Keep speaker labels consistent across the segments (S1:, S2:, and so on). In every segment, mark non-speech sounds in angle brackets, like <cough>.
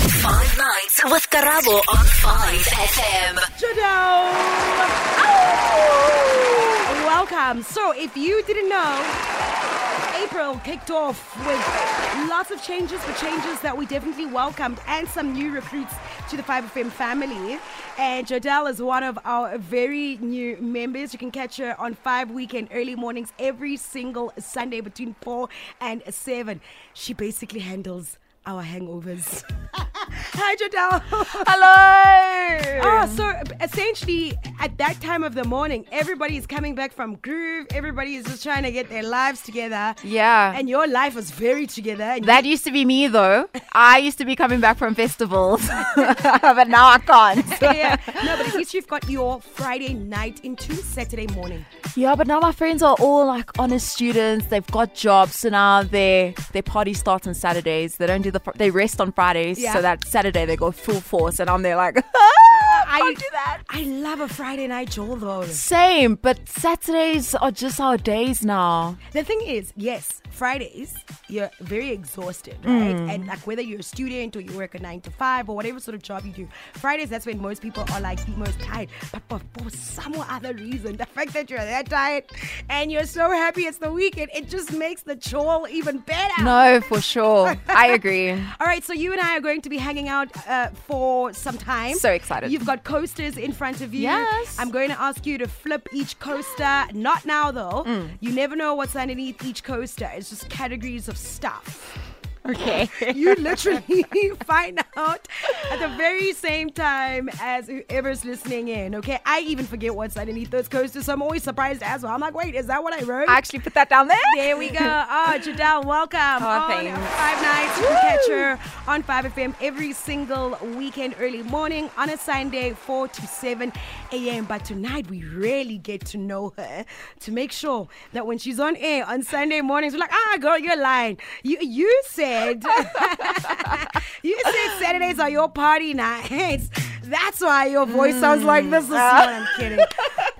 S1: Five nights with Garabo on 5FM.
S2: Tudum. Oh! Welcome. So, if you didn't know, April kicked off with lots of changes, but changes that we definitely welcomed, and some new recruits to the 5FM family. And Jodelle is one of our very new members. You can catch her on 5 Weekend early mornings every single Sunday between 4 and 7. She basically handles our hangovers. <laughs> Hi, Jodelle.
S3: Hello.
S2: Oh, so essentially, at that time of the morning, everybody is coming back from groove. Everybody is just trying to get their lives together.
S3: Yeah.
S2: And your life was very together. And
S3: <laughs> that used to be me though. I used to be coming back from festivals, <laughs> but now I can't.
S2: yeah. No, but at least you've got your Friday night into Saturday morning.
S3: Yeah, but now my friends are all like honest students. They've got jobs, so now their their party starts on Saturdays. They don't do the fr- they rest on Fridays,
S2: Yeah.
S3: so that Saturday they go full force, and I'm there like. <laughs> "Ah,
S2: I
S3: Can't do that.
S2: I love a Friday night Joel though.
S3: Same, but Saturdays are just our days now.
S2: The thing is, yes, Fridays, you're very exhausted, right? And like whether you're a student or you work a nine to five or whatever sort of job you do, Fridays, that's when most people are like the most tired. But for, for some other reason, the fact that you're that tired and you're so happy it's the weekend, it just makes the chore even better.
S3: No, for sure. I agree.
S2: All right, so you and I are going to be hanging out uh, for some time.
S3: So excited.
S2: You've got coasters in front of you.
S3: Yes.
S2: I'm going to ask you to flip each coaster. Not now, though.
S3: Mm.
S2: You never know what's underneath each coaster. It's just categories of stuff.
S3: <laughs> Okay.
S2: You <laughs> literally find out at the very same time as whoever's listening in, okay? I even forget what's underneath those coasters, so I'm always surprised as well. I'm like, wait, is that what I wrote?
S3: I actually put that down there.
S2: There we go. Oh, Jadelle, welcome. on
S3: thanks.
S2: Five Nights. You can catch her on 5FM every single weekend, early morning, on a Sunday, 4 to 7 a.m. But tonight, we really get to know her to make sure that when she's on air on Sunday mornings, we're like, ah, girl, you're lying. You, you said, you said Saturdays are your party nights. That's why your voice sounds like this this morning. I'm kidding.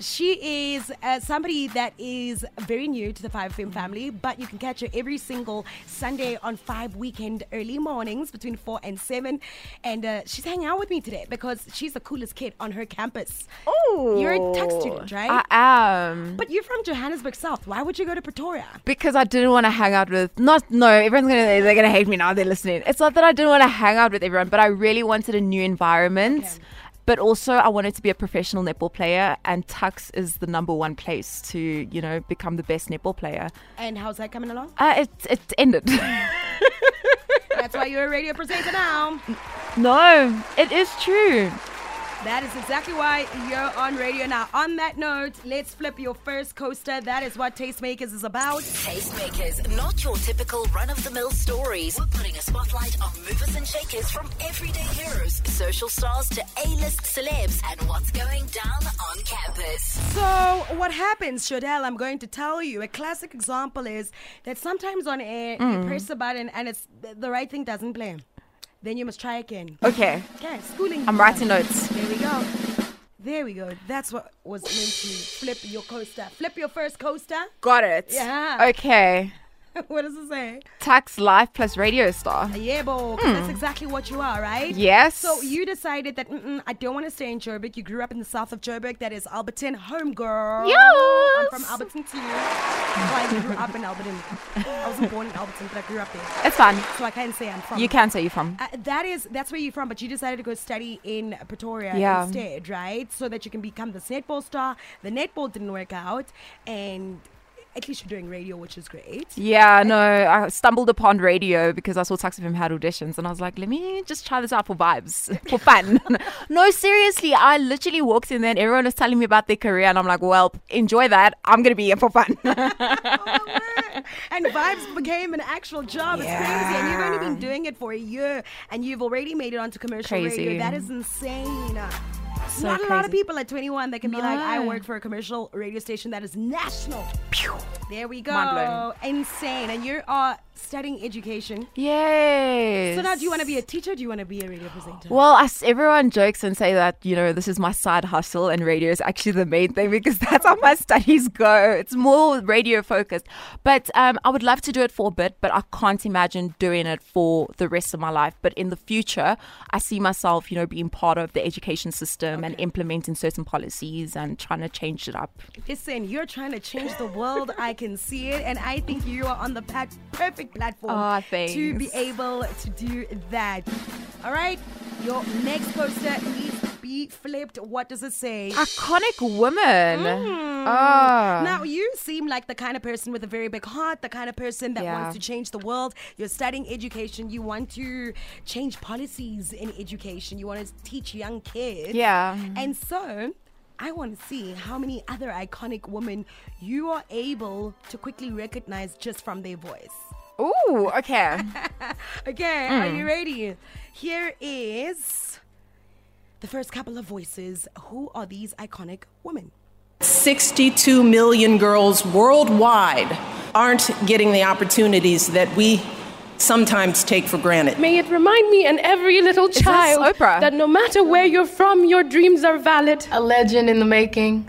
S2: She is uh, somebody that is very new to the 5FM family, but you can catch her every single Sunday on 5 Weekend early mornings between 4 and 7. And uh, she's hanging out with me today because she's the coolest kid on her campus.
S3: Oh,
S2: You're a tech student, right?
S3: I am.
S2: But you're from Johannesburg South. Why would you go to Pretoria?
S3: because I didn't want to hang out with not no everyone's gonna they're gonna hate me now they're listening. It's not that I didn't want to hang out with everyone, but I really wanted a new environment.
S2: Okay.
S3: But also, I wanted to be a professional netball player, and Tux is the number one place to, you know, become the best netball player.
S2: And how's that coming along?
S3: Uh, it it ended. <laughs>
S2: That's why you're a radio presenter now.
S3: no, it is true.
S2: That is exactly why you're on radio now. On that note, let's flip your first coaster. That is what Tastemakers is about.
S1: Tastemakers, not your typical run of the mill stories. We're putting a spotlight on movers and shakers from everyday heroes, social stars to A list celebs, and what's going down on campus.
S2: So, what happens, Shodel? I'm going to tell you. A classic example is that sometimes on air,
S3: Mm.
S2: you press a button and it's the the right thing doesn't play. Then you must try again.
S3: Okay,
S2: Okay, schooling.
S3: I'm writing notes.
S2: There we go. There we go. That's what was meant to flip your coaster. Flip your first coaster. <laughs>
S3: Got it.
S2: Yeah.
S3: Okay.
S2: what does it say?
S3: Tux live plus radio star.
S2: Yeah, bo.
S3: Hmm.
S2: 'cause That's exactly what you are, right?
S3: Yes.
S2: So you decided that mm-mm, I don't want to stay in Joburg. You grew up in the south of Joburg. That is Alberton, home girl. I'm from
S3: Yes.
S2: Alberton too. Well, I grew up in Alberton. I wasn't born in Alberton, but I grew up there.
S3: It's fun.
S2: So I can't say I'm from.
S3: You can say you're from.
S2: Uh, that is that's where you're from, but you decided to go study in Pretoria
S3: Yeah.
S2: instead, right? So that you can become this netball star. The netball didn't work out, and at least you're doing radio, which is great.
S3: Yeah, no, I stumbled upon radio because I saw Tux of him had auditions and I was like, let me just try this out for vibes, <laughs> for fun. no, seriously, I literally walked in there and everyone was telling me about their career and I'm like, well, enjoy that. I'm going to be here for fun. <laughs>
S2: <laughs> and vibes became an actual job. It's crazy. And you've only been doing it for a year and you've already made it onto commercial radio.
S3: Crazy.
S2: That is insane.
S3: So
S2: Not a lot of
S3: crazy.
S2: people at 21 that can be like, I
S3: No.
S2: work for a commercial radio station that is national. There we go.
S3: Mind blown.
S2: Insane. And you are studying education.
S3: Yes.
S2: So now, do you want to be a teacher? Do you want to be a radio presenter?
S3: Well, us, everyone jokes and say that, you know, this is my side hustle and radio is actually the main thing <laughs> because that's how my studies go. It's more radio focused. But um, I would love to do it for a bit, but I can't imagine doing it for the rest of my life. But in the future, I see myself, you know, being part of the education system and implementing certain policies and trying to change it up.
S2: Listen, you're trying to change the world. I can see it, and I think you are on the pa- perfect platform
S3: Aw,
S2: to be
S3: thanks.
S2: able to do that. All right, your next poster needs to be flipped. What does it say?
S3: Iconic woman. Ah.
S2: Now, you seem like the kind of person with a very big heart, the kind of person that
S3: Yeah.
S2: wants to change the world. You're studying education, you want to change policies in education, you want to teach young kids.
S3: Yeah.
S2: And so. I want to see how many other iconic women you are able to quickly recognize just from their voice.
S3: Ooh, okay.
S2: Okay, are you
S3: Hmm.
S2: ready? Here is the first couple of voices. Who are these iconic women?
S4: 62 million girls worldwide aren't getting the opportunities that we sometimes take for granted.
S5: May it remind me and every little
S3: this
S5: child
S3: Oprah?
S5: that no matter where you're from, your dreams are valid.
S6: A legend in the making.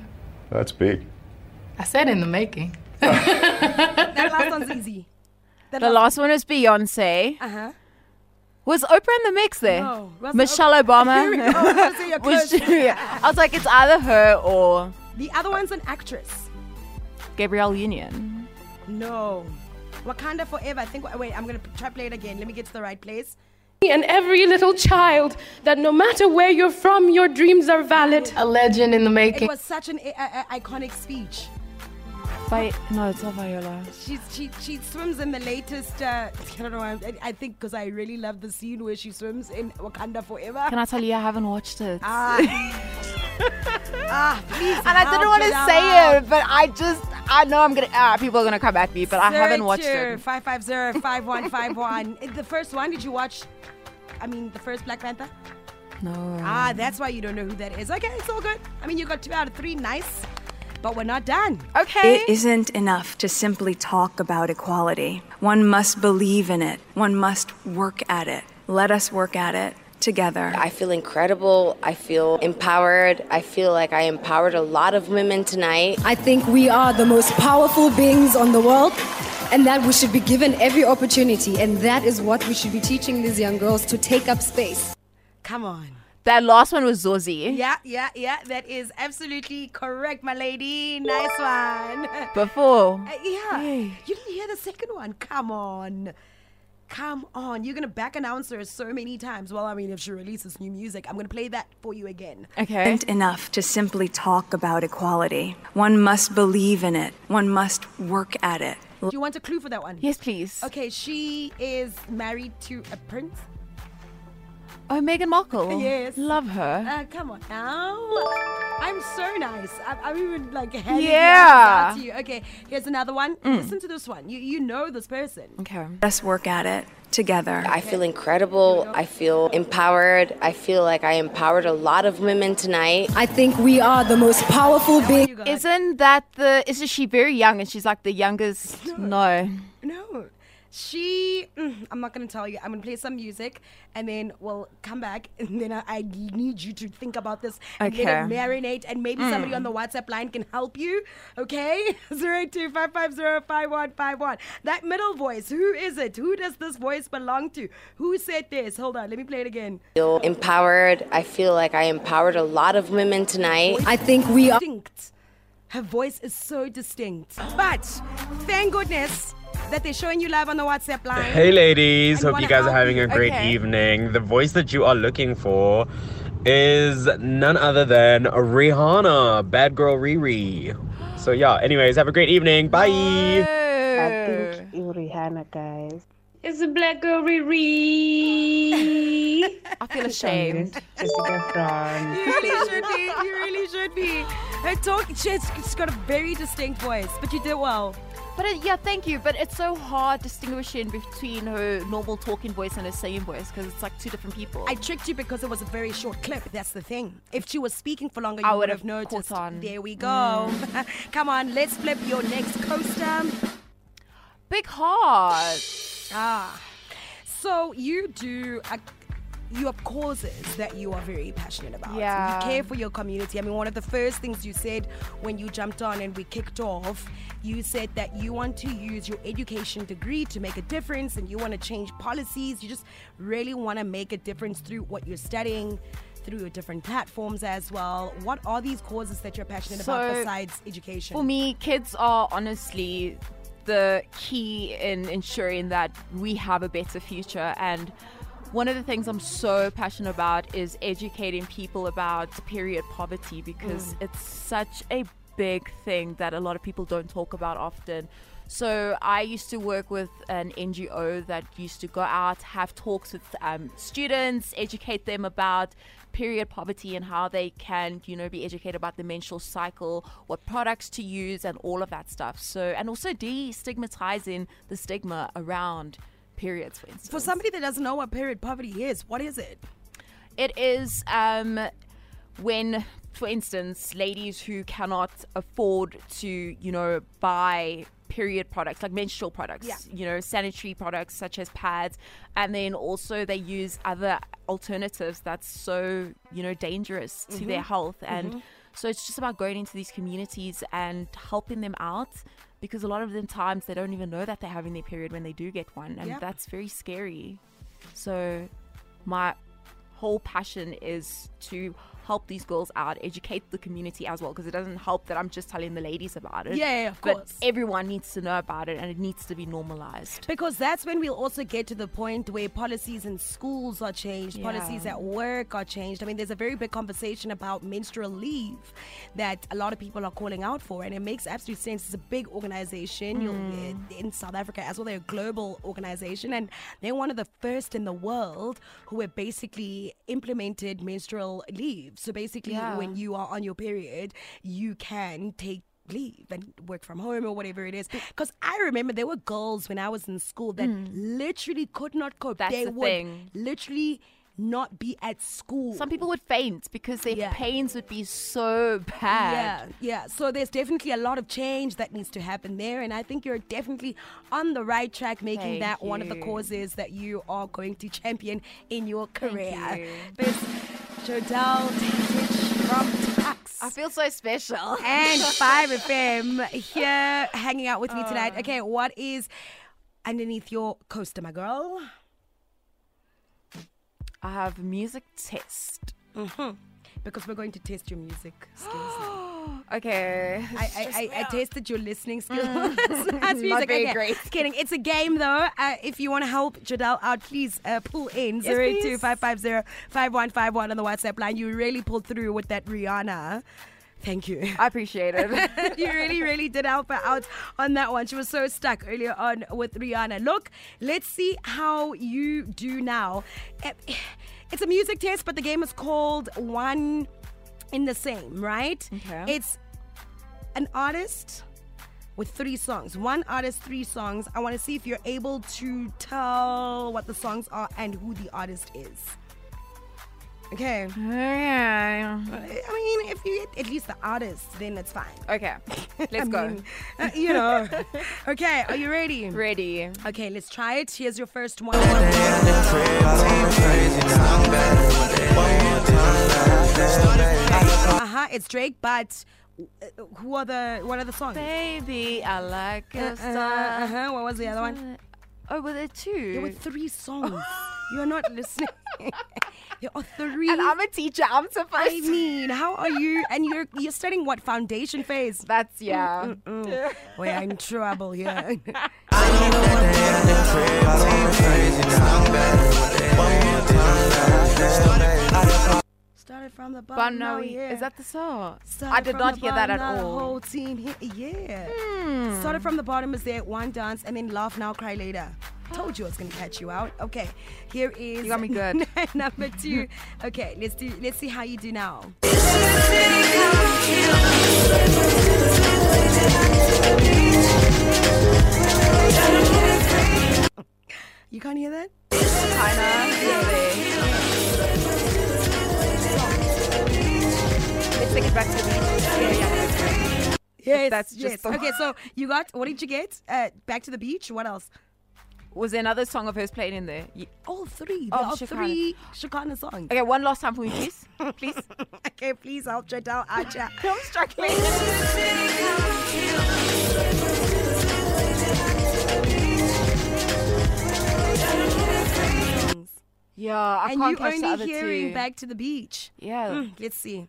S7: That's big.
S6: I said in the making.
S2: That last
S3: <laughs>
S2: one's easy. That
S3: the last one is Beyonce.
S2: Uh huh.
S3: Was Oprah in the mix there?
S2: No, was
S3: Eh, Michelle
S2: Oprah- Oh, <laughs> Here
S3: <laughs>
S2: we go.
S3: Obama.
S2: I was gonna say you're
S3: Was
S2: close.
S3: she- I was like, it's either her or
S2: The other one's an actress.
S3: Gabrielle Union.
S2: No. Wakanda Forever. I think. Wait, I'm gonna try play it again. Let me get to the right place.
S5: Me and every little child that no matter where you're from, your dreams are valid.
S6: A legend in the
S2: It
S6: making.
S2: was such an a- a- iconic speech.
S3: But no, it's not Viola.
S2: She's, she she swims in the latest. Uh, I don't know. I, I think because I really love the scene where she swims in Wakanda Forever.
S3: Can I tell you, I haven't watched it.
S2: ah, please.
S3: <laughs> and I didn't want to say it, but I just, I know I'm gonna, ah, people are gonna come at me, but I haven't watched it.
S2: Five five zero five one five one. <laughs> The first one. Did you watch? I mean, the first Black Panther.
S3: No.
S2: Ah, that's why you don't know who that is. Okay, it's all good. I mean, you got two out of three. Nice. But we're not done.
S3: Okay.
S8: It isn't enough to simply talk about equality. One must believe in it, one must work at it. Let us work at it together.
S9: I feel incredible. I feel empowered. I feel like I empowered a lot of women tonight.
S10: I think we are the most powerful beings on the world and that we should be given every opportunity. And that is what we should be teaching these young girls to take up space.
S2: Come on.
S3: that last one was Zosie.
S2: Yeah, yeah, yeah. That is absolutely correct, my lady. Nice one. <laughs> Uh,
S3: Before.
S2: yeah. You didn't hear the second one. Come on. Come on. You're going to back announce her so many times. Well, I mean, if she releases new music, I'm going to play that for you again.
S3: Okay.
S8: isn't enough to simply talk about equality. One must believe in it. One must work at it.
S2: Do you want a clue for that one?
S3: Yes, please.
S2: Okay, she is married to a prince.
S3: Oh, Meghan Markle.
S2: Yes.
S3: Love her.
S2: Uh, come on now. I'm so nice. I'm, I'm even like handing
S3: Yeah. Mm.
S2: yeah. out to you. Okay, here's another one. Listen to this one. You you know this person.
S3: Okay.
S8: Let us work at it together.
S9: I feel incredible. I feel empowered. I feel like I empowered a lot of women tonight.
S10: I think we are the most powerful beings.
S2: You got
S3: Isn't that the? Isn't she very young and she's like the youngest? No.
S2: no. She, mm, I'm not gonna tell you. I'm gonna play some music, and then we'll come back, and then I, I need you to think about this, and let it
S3: Okay.
S2: marinate, and maybe somebody on the WhatsApp line can help you. Okay, <laughs> zero two five five zero five one five one. That middle voice, who is it? Who does this voice belong to? Who said this? Hold on, let me play it again.
S9: I feel empowered. I feel like I empowered a lot of women tonight.
S10: I think we are.
S2: distinct. Her voice is so distinct. But thank goodness that they're showing you live on the WhatsApp line.
S11: Hey, ladies.
S2: And
S11: Hope
S2: wanna
S11: you guys are
S2: help
S11: having
S2: you.
S11: a great
S3: Okay.
S11: evening. The voice that you are looking for is none other than Rihanna, Bad Girl Riri. So, yeah, anyways, have a great evening. Bye.
S5: It's a black girl, Riri. <laughs>
S3: I feel ashamed.
S2: You really should be. You really should be. Her talk, she's, she's got a very distinct voice, but you did well.
S3: But it, yeah, thank you. But it's so hard distinguishing between her normal talking voice and her singing voice because it's like two different people.
S2: I tricked you because it was a very short clip. That's the thing. If she was speaking for longer, you
S3: I
S2: would
S3: would
S2: have
S3: have caught
S2: noticed.
S3: on.
S2: There we go. Mm. <laughs> Come on, let's flip your next coaster.
S3: Big heart.
S2: Ah. So you do. A, you have causes that you are very passionate about.
S3: Yeah.
S2: You care for your community. I mean, one of the first things you said when you jumped on and we kicked off, you said that you want to use your education degree to make a difference and you want to change policies. You just really want to make a difference through what you're studying, through your different platforms as well. What are these causes that you're passionate about
S3: So,
S2: besides education?
S3: For me, kids are honestly the key in ensuring that we have a better future. And one of the things I'm so passionate about is educating people about period poverty because
S6: Mm.
S3: it's such a big thing that a lot of people don't talk about often. So I used to work with an NGO that used to go out, have talks with um, students, educate them about period poverty and how they can, you know, be educated about the menstrual cycle, what products to use, and all of that stuff. So and also destigmatizing the stigma around periods, for instance.
S2: For somebody that doesn't know what period poverty is, what is it?
S3: It is um, when, for instance, ladies who cannot afford to, you know, buy period products like menstrual products,
S6: Yeah.
S3: you know, sanitary products such as pads, and then also they use other alternatives that's so, you know, dangerous to their
S6: Mhm.
S3: health. And
S6: Mhm.
S3: so it's just about going into these communities and helping them out because a lot of them times they don't even know that they're having their period when they do get one and
S6: Yep.
S3: that's very scary. So my whole passion is to help these girls out, educate the community as well, because it doesn't help that I'm just telling the ladies about it.
S2: Yeah, yeah, of
S3: but
S2: course.
S3: everyone needs to know about it, and it needs to be normalized.
S2: Because that's when we'll also get to the point where policies in schools are changed,
S3: Yeah.
S2: policies at work are changed. I mean, there's a very big conversation about menstrual leave that a lot of people are calling out for, and it makes absolute sense. It's a big organization You'll-
S3: Hmm.
S7: Mm.
S2: in South Africa as well. They're a global organization, and they're one of the first in the world who have basically implemented menstrual leave. So basically,
S3: Yeah.
S2: when you are on your period, you can take leave and work from home or whatever it is. Because I remember there were girls when I was in school that literally could not cope.
S3: Hmm. That's
S2: they
S3: the
S2: would
S3: thing.
S2: literally not be at school.
S3: Some people would faint because their pains would be so bad.
S2: Yeah, yeah. So there's definitely a lot of change that needs to happen there, and I think you're definitely on the right track, making
S3: Thank
S2: that one of the
S3: you.
S2: causes that you are going to champion in your
S3: you.
S2: career. <laughs> This Jodelle Takic from Tux. I
S3: feel so special.
S2: <laughs>
S3: <laughs>
S2: And 5 FM here hanging out with me
S3: Uh.
S2: tonight. Okay, what is underneath your coaster, my girl?
S3: I have music test.
S2: Mm-hmm. Because we're going to test your music skills.
S3: Okay.
S2: I, I, I, I tasted your listening skills.
S3: Mm. <laughs> Not
S2: That's music.
S3: very
S2: okay.
S3: great.
S2: Kidding. It's a game though. Uh, if you want to help Jadelle out, please uh, pull in
S3: Yes,
S2: zero
S3: please.
S2: two five five zero five one five one on the WhatsApp line. You really pulled through with that Rihanna. Thank you.
S3: I appreciate
S2: <laughs>
S3: it.
S2: you really, really did help her out on that one. She was so stuck earlier on with Rihanna. Look, let's see how you do now. Eh, It's a music test, but the game is called One in the Same, right?
S3: Okay.
S2: It's an artist with three songs. One artist, three songs. I want to see if you're able to tell what the songs are and who the artist is. Okay. I mean, if you get at least the artist, then it's fine.
S3: Okay. Let's go.
S2: <laughs> Uh, you know. Okay, are you ready?
S3: Ready.
S2: Okay, let's try it. Here's your first one. Uh-huh, it's Drake, but uh, who are the what are the songs?
S3: Baby, I like your
S2: uh,
S3: style.
S2: uh-huh, What was the other one?
S3: Oh, were there two?
S2: There were three
S3: <laughs>
S2: songs. You're not listening. <laughs> there are three.
S3: And I'm a teacher. I'm supposed.
S2: I mean, how are you? And you're you're studying what foundation phase?
S3: That's yeah.
S2: We're in trouble here. Started from the bottom.
S3: Bono,
S2: now we're here.
S3: is that the song?
S2: Started
S3: I did
S2: from
S3: not
S2: the
S3: hear that at
S2: bottom, now The
S3: all. Hmm.
S2: whole team here. Yeah. Started from the bottom is there one dance and then laugh now, cry later. Told you I was gonna catch you out. Okay, here is
S3: You got me good.
S2: <laughs> number two. Okay, let's do. Let's see how you do now. You can't hear that?
S3: Let's take it back to the beach.
S2: Yes,
S3: That's just
S2: yes.
S3: the
S2: okay. So you got what did you get? Uh, back to the beach. What else?
S3: Was there another song of hers playing in there? Ye-
S2: All three.
S3: Oh,
S2: There are
S3: Shakana.
S2: three Shakana songs.
S3: Okay, one last time for
S2: <laughs>
S3: me, please. Please.
S2: Okay, please help Jadal Acha.
S3: <laughs> I'm struggling. Yeah, I
S2: and
S3: can't
S2: you
S3: catch the
S2: only
S3: other
S2: hearing
S3: two.
S2: back to the beach.
S3: Yeah.
S2: Mm, let's see.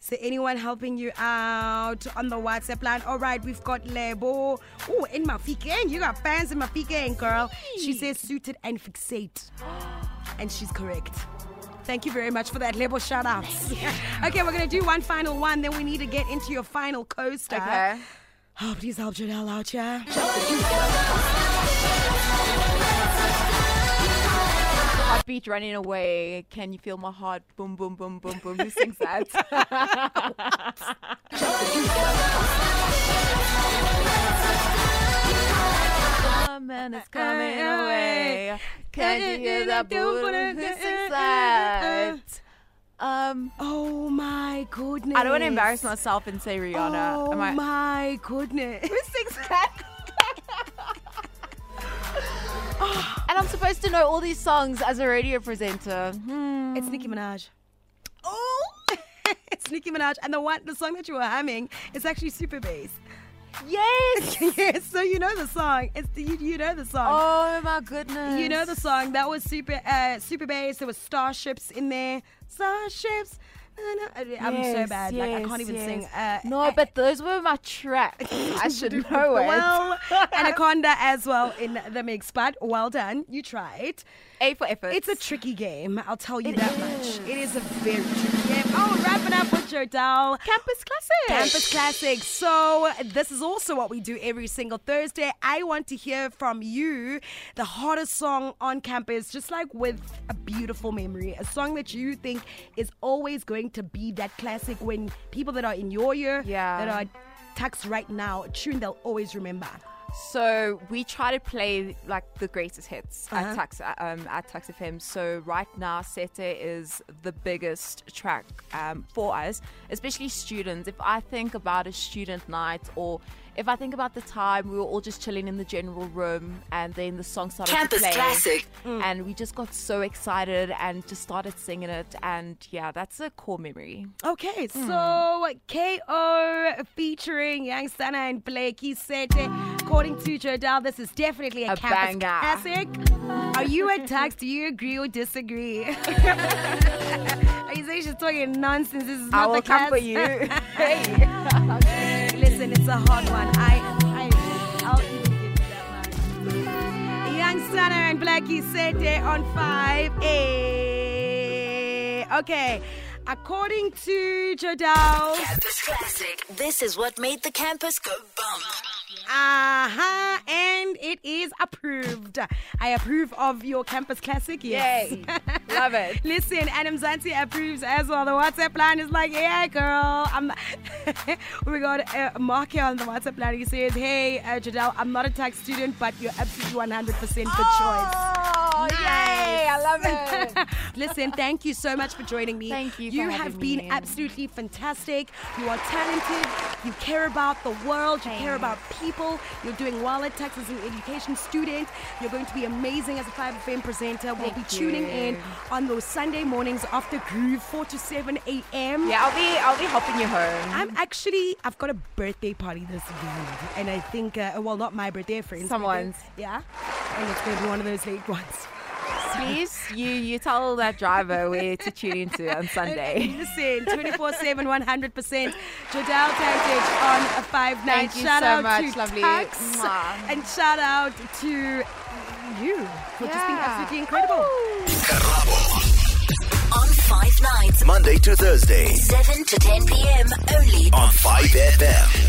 S2: So anyone helping you out on the WhatsApp line? All right, we've got Lebo. Oh, in my fikeng. You got fans in my fikeng, girl. She says suited and fixate. <gasps> And she's correct. Thank you very much for that Lebo shout out. <laughs> okay, we're going to do one final one. Then we need to get into your final coaster.
S3: Okay.
S2: <gasps> Oh, please help Janelle out, yeah?
S3: Heartbeat running away. Can you feel my heart? Boom, boom, boom, boom, boom. Who sings
S2: <laughs>
S3: that? My man is coming
S2: Uh,
S3: away. Can you hear that? boom? Who
S2: uh,
S3: sings that? Um,
S2: Oh my goodness.
S3: I don't want to embarrass myself and say Rihanna.
S2: Oh
S3: Am I?
S2: my goodness.
S3: Who sings that? and I'm supposed to know all these songs as a radio presenter. Hmm.
S2: It's Nicki Minaj. Oh! <laughs> it's Nicki Minaj. And the one the song that you were humming is actually Super Bass.
S3: Yes.
S2: <laughs> yes, so you know the song. It's you, you know the song.
S3: Oh my goodness.
S2: You know the song. That was super uh super bass. There was starships in there. Starships. No, no, I- I'm so
S3: Yes,
S2: bad. like I
S3: yes,
S2: can't even
S3: yes.
S2: sing. Uh,
S3: No,
S2: I-
S3: but those were my tracks.
S2: <laughs>
S3: I should <laughs> know it.
S2: well, Anaconda as well in the mix, but well done. You tried.
S3: A for effort.
S2: It's a tricky game, I'll tell you that much. It is a very tricky game. Oh, wrapping up with Jodel.
S3: campus classic.
S2: Campus Classics. So, this is also what we do every single Thursday. I want to hear from you the hottest song on campus, just like with a beautiful memory, a song that you think is always going to be that classic when people that are in your year,
S3: Yeah.
S2: that are taxed right now, a tune they'll always remember.
S3: So we try to play like the greatest hits
S2: Uh-huh.
S3: at Tux um, at Tux FM. So right now, Sete is the biggest track um, for us, especially students. If I think about a student night, or if I think about the time we were all just chilling in the general room, and then the song started
S1: Campus
S3: to play,
S1: classic.
S3: and we just got so excited and just started singing it. And yeah, that's a core memory.
S2: Okay, so KO featuring Young Sana and Blake, he said, that, according to Jodal, this is definitely a,
S3: A
S2: campus
S3: banger.
S2: classic. Are you a tax? Do you agree or disagree? <laughs> Are you saying she's talking nonsense? This is
S3: I
S2: not
S3: will
S2: the
S3: come for
S2: class- <laughs>
S3: you. hey.
S2: Listen, it's a hard one. I, I, I'll even give you that one. Young Stunner and Blackie said they on five. Eh. Okay, according to Jodal,
S1: Campus Classic. This is what made the campus go bump.
S2: aha, uh-huh, and it is approved. I approve of your campus classic. Yes.
S3: Yay. Love
S2: <laughs>
S3: it.
S2: Listen, Adam Zanti approves as well. The WhatsApp line is like, yeah, girl. I'm. <laughs> we got uh, Mark here on the WhatsApp line. He says, hey, uh, Jadelle, I'm not a tax student, but you're absolutely 100% good choice.
S3: Oh, yay. I love it.
S2: <laughs> Listen, thank you so much for joining me.
S3: Thank you for
S2: You
S3: having
S2: have been
S3: me.
S2: absolutely fantastic. You are talented. You care about the world. You care about people. You're doing well at Texas an education student. You're going to be amazing as a 5FM presenter. We'll
S3: Thank
S2: be tuning
S3: you.
S2: in on those Sunday mornings after Groove, 4 to 7 a.m.
S3: Yeah, I'll be I'll be helping you home.
S2: I'm actually, I've got a birthday party this weekend, and I think, uh, well, not my birthday, a friend's. birthday.
S3: Someone's.
S2: Yeah. And it's going to be one of those late ones.
S3: Please, you you tell that driver where to tune into on Sunday.
S2: Listen, 24 7, 100%. Jodelle Tagic on a 5 9.
S3: Thank you
S2: shout
S3: so
S2: out
S3: much,
S2: to
S3: lovely.
S2: Tux.
S3: Mwah.
S2: And shout out to you for just being
S3: Yeah.
S2: absolutely incredible.
S1: On five nights,
S7: Monday to Thursday
S1: 7 to 10 p.m. only
S7: on 5FM.